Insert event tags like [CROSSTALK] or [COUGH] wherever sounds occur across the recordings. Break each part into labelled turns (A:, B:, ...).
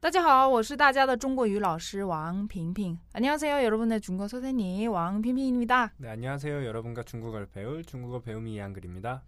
A: 大家好，我是大家的中国语老师王平平。 안녕하세요, 여러분의 중국어 선생님 왕핑핑입니다.
B: 네, 안녕하세요. 여러분과 중국어를 배울 중국어 배움이 이 한글입니다.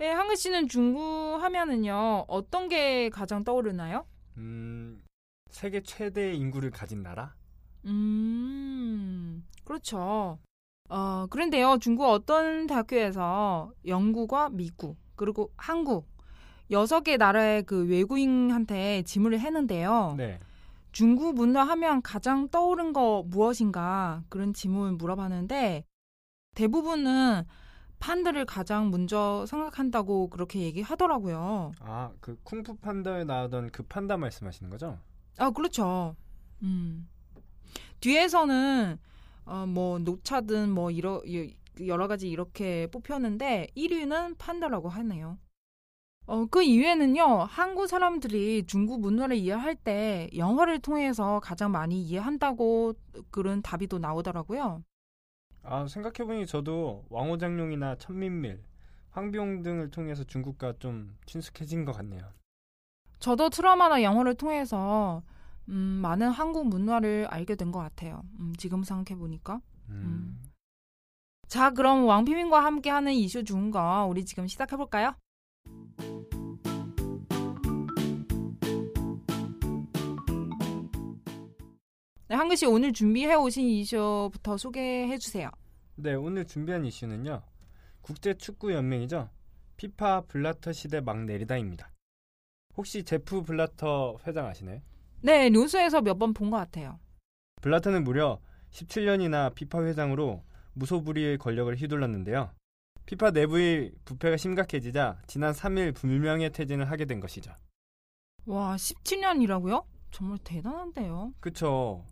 A: 예, 한글 씨는 중국 하면은요 어떤 게 가장 떠오르나요?
B: 음, 세계 최대의 인구를 가진 나라?
A: 음, 그렇죠. 어, 그런데요, 중국 어떤 대학교에서 영국과 미국, 그리고 한국, 여섯 개 나라의 그 외국인한테 질문을 했는데요.
B: 네.
A: 중국 문화 하면 가장 떠오른 거 무엇인가? 그런 질문을 물어봤는데, 대부분은 판들을 가장 먼저 생각한다고 그렇게 얘기하더라고요.
B: 아, 그 쿵푸 판다에 나오던 그 판다 말씀하시는 거죠?
A: 아, 그렇죠. 음. 뒤에서는 어, 뭐 녹차든 뭐 이러 이- 여러 가지 이렇게 뽑혔는데 1위는 판다라고 하네요. 어, 그 이외에는요, 한국 사람들이 중국 문화를 이해할 때 영어를 통해서 가장 많이 이해한다고 그런 답이 또 나오더라고요.
B: 아, 생각해보니 저도 왕호장룡이나 천민밀, 황비용 등을 통해서 중국과 좀 친숙해진 것 같네요.
A: 저도 트라마나 영어를 통해서 음, 많은 한국 문화를 알게 된 것 같아요. 음, 지금 생각해보니까.
B: 음.
A: 자, 그럼 왕피민과 함께하는 이슈 중거 우리 지금 시작해 볼까요? 네, 한글 씨 오늘 준비해 오신 이슈부터 소개해 주세요.
B: 네, 오늘 준비한 이슈는요. 국제축구연맹이죠. 피파 블라터 시대 막 내리다입니다. 혹시 제프 블라터 회장 아시나요?
A: 네, 뉴스에서 몇 번 본 것 같아요.
B: 블라터는 무려 17년이나 피파 회장으로 무소불위의 권력을 휘둘렀는데요. 피파 내부의 부패가 심각해지자 지난 3일 불명예 퇴진을 하게 된 것이죠.
A: 와, 17년이라고요? 정말 대단한데요.
B: 그쵸.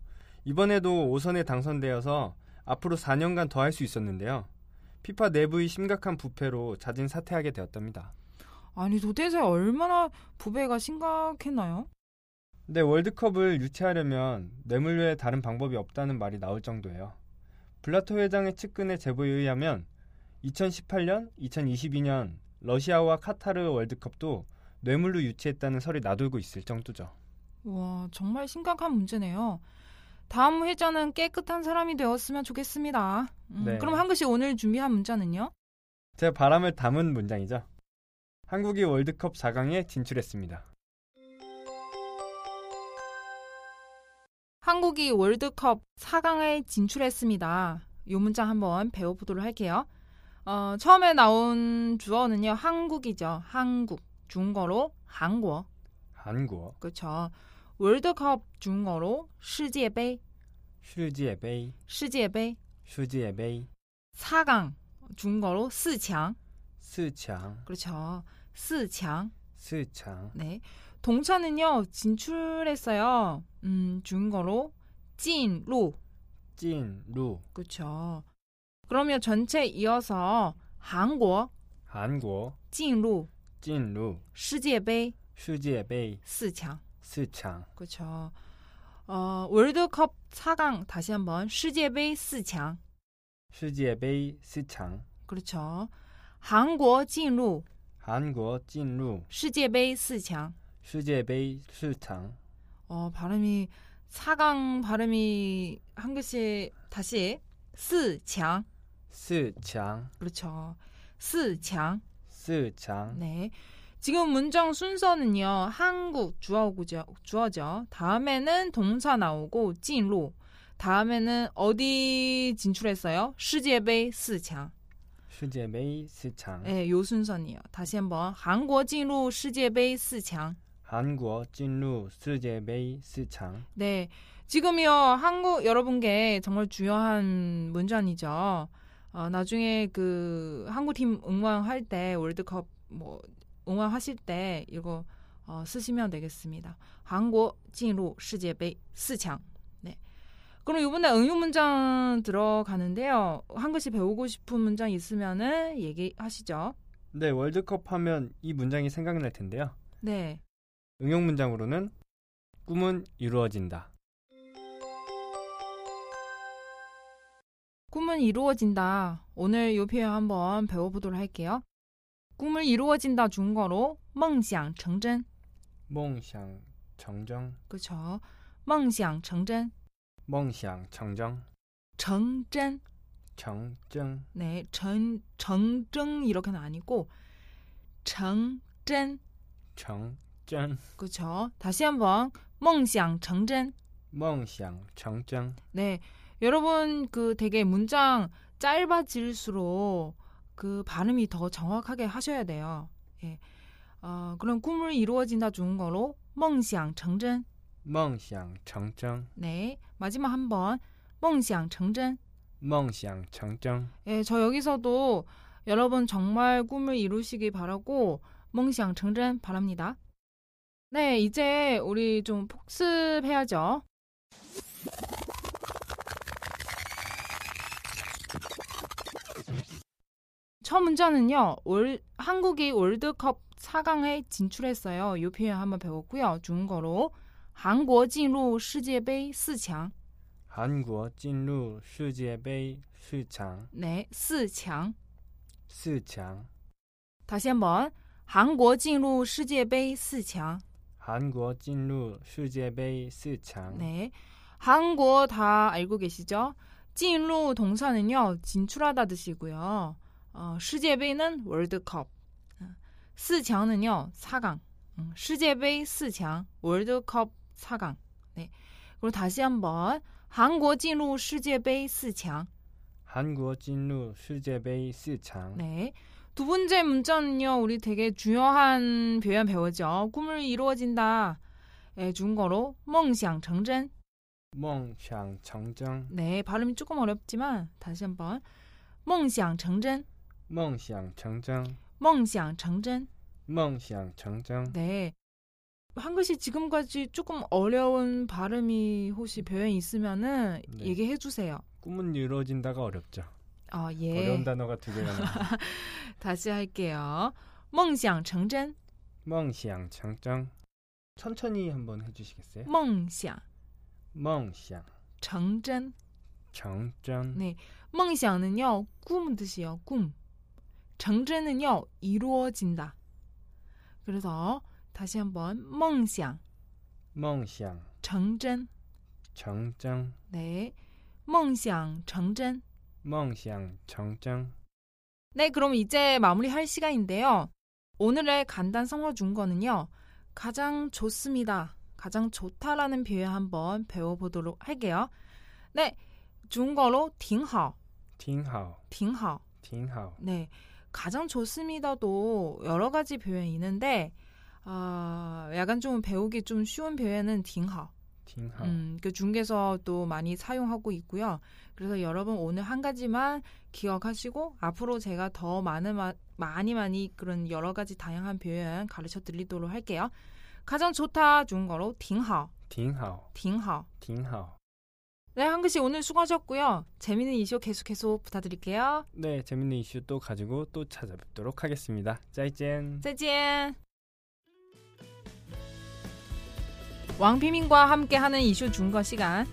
B: 이번에도 5선에 당선되어서 앞으로 4년간 더 할 수 있었는데요. 피파 내부의 심각한 부패로 자진 사퇴하게 되었답니다.
A: 아니, 도대체 얼마나 부배가 심각했나요?
B: 근데 월드컵을 유치하려면 뇌물 외에 다른 방법이 없다는 말이 나올 정도예요. 블라토 회장의 측근의 제보에 의하면 2018년, 2022년 러시아와 카타르 월드컵도 뇌물로 유치했다는 설이 나돌고 있을 정도죠.
A: 와, 정말 심각한 문제네요. 다음 회전은 깨끗한 사람이 되었으면 좋겠습니다. 음,
B: 네.
A: 그럼 한글씨 오늘 준비한 문자는요?
B: 제 바람을 담은 문장이죠. 한국이 월드컵 4강에 진출했습니다.
A: 한국이 월드컵 4강에 진출했습니다. 요 문자 한번 배워보도록 할게요. 어, 처음에 나온 주어는요, 한국이죠. 한국. 중국어로 한국.
B: 한국어
A: 그쵸. 월드컵 중국어로 세계배,
B: 슈지에베이
A: 세계배.
B: 슈지에베이
A: 4강. 중국어로 4강.
B: 스창
A: 그렇죠. 4강.
B: 스창
A: 네. 동차는요, 진출했어요. 음, 중국어로 찐루.
B: 찐루
A: 그쵸. 그러면 전체 이어서 한국,
B: 한국
A: 찐루,
B: 찐루
A: 세계배
B: 슈지에베이
A: 4강.
B: 스창
A: 그쵸. 어, 월드컵 4강 다시 한번 세계배 4강.
B: 世界杯四强，
A: 그렇죠. 한국 진루
B: 韩国进入
A: 세계배 4강.
B: 世界杯四强。
A: 어, 발음이 4강 발음이 한 글씨 다시 4강.
B: 四强，
A: 그렇죠. 4강.
B: 四强，
A: 네. 지금 문장 순서는요. 한국 주어고죠. 주어죠. 다음에는 동사 나오고 진로. 다음에는 어디 진출했어요? 세계배 4강.
B: 世界杯四强，
A: 네, 요 순서네요. 다시 한번 한국 진로 세계배 4강.
B: 韩国进入世界杯四强。
A: 네. 지금요. 한국 여러분께 정말 중요한 문장이죠. 어, 나중에 그 한국 팀 응원할 때 월드컵 뭐 응원하실 때 이거 어, 쓰시면 되겠습니다. 한국 진로 세계배 4강. 네. 그럼 그럼 이번에 응용 문장 들어가는데요. 한 글씨 배우고 싶은 문장 있으면은 얘기하시죠.
B: 네, 월드컵 하면 이 문장이 생각날 텐데요.
A: 네.
B: 응용 문장으로는 꿈은 이루어진다.
A: 꿈은 이루어진다. 오늘 이 표현 한번 배워보도록 할게요. 꿈을 이루어진다 중거로梦想成真.
B: 몽샹 정정,
A: 그쵸? 梦想成真.
B: 몽샹 정정,
A: 成真.
B: 정정,
A: 네. 전, 정정 이렇게는 아니고 成真.
B: 정정,
A: 그쵸? 다시 한번 梦想成真.
B: 몽샹 정정.
A: 네, 여러분 그 되게 문장 짧아질수록 그 발음이 더 정확하게 하셔야 돼요. 예, 어, 그럼 꿈을 이루어진다 좋은 거로 梦想成真.
B: 몽샹 정정,
A: 네, 마지막 한번 梦想成真.
B: 몽샹 정정.
A: 예, 저 여기서도 여러분 정말 꿈을 이루시길 바라고 梦想成真 바랍니다. 네, 이제 우리 좀 복습해야죠. 첫 문제는요. 올, 한국이 월드컵 4강에 진출했어요. 이 표현 한번 배웠고요. 중국어로 한국 진루 세계杯 4강.
B: 한국어 진루 세계배 시장
A: 네, 4강.
B: 시장.
A: 다시 한번 한국 진루 세계杯 4강.
B: 한국어 진루 세계배 시장.
A: 네. 한국 다 알고 계시죠? 진루 동사는요. 진출하다 뜻이고요. 어, 세계배는 월드컵. 4강은요. 4강. 음, 세계배 4강. 월드컵 4강. 네. 그리고 다시 한번 한국 진루 세계배 4강.
B: 한국어 진루 세계배 시장.
A: 네. 두 번째 문자는요. 우리 되게 중요한 표현 배우죠. 꿈을 이루어진다. 예, 중국어로 梦想成真.
B: 몽샹 정정.
A: 네, 발음이 조금 어렵지만 다시 한번 梦想成真,
B: 梦想 정정,
A: 梦想成真.
B: 梦想 정정.
A: 네. 한 글씨 지금까지 조금 어려운 발음이 혹시 표현이 있으면은
B: 네.
A: 얘기해 주세요.
B: 꿈은 이루어진다가 어렵죠.
A: 아, 예.
B: 어려운 단어가 두 개가
A: [LAUGHS]
B: 나와요.
A: 다시 할게요. 梦想成真,
B: 梦想 정정. 천천히 한번 해주시겠어요?
A: 梦想
B: 梦想
A: 成真.
B: 정정,
A: 네. 梦想은요. 꿈 뜻이에요. 꿈. 정전은요. 이루어진다. 그래서 다시 한번 梦想
B: 梦想
A: 정전.
B: 정정,
A: 네. 梦想 정전.
B: 梦想 정정.
A: 네, 그럼 이제 마무리할 시간인데요. 오늘의 간단 성어 중거는요. 가장 좋습니다. 가장 좋다라는 표현 한번 배워보도록 할게요. 네. 중거로 挺好,
B: 挺好,
A: 挺好.
B: 挺好.
A: 네. 가장 좋습니다도 여러 가지 표현이 있는데 아, 약간 좀 배우기 좀 쉬운 표현은 挺好.
B: 挺好.
A: 음, 그 중개서도 많이 사용하고 있고요. 그래서 여러분 오늘 한 가지만 기억하시고 앞으로 제가 더 많은 마- 많이 많이 그런 여러 가지 다양한 표현 가르쳐 드리도록 할게요. 가장 좋다 중국어로 挺好,
B: 挺好,
A: 挺好.
B: 挺好.
A: 네, 한 글씨 오늘 수고하셨고요. 재미있는 이슈 계속 계속 부탁드릴게요.
B: 네, 재밌는 이슈 또 가지고 또 찾아뵙도록 하겠습니다. 짜이젠.
A: 再见. 왕비민과 함께하는 이슈 중거 시간.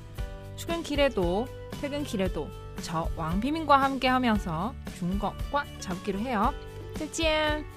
A: 출근길에도 퇴근길에도 저 왕비민과 함께하면서 중거과 잡기로 해요. 再见.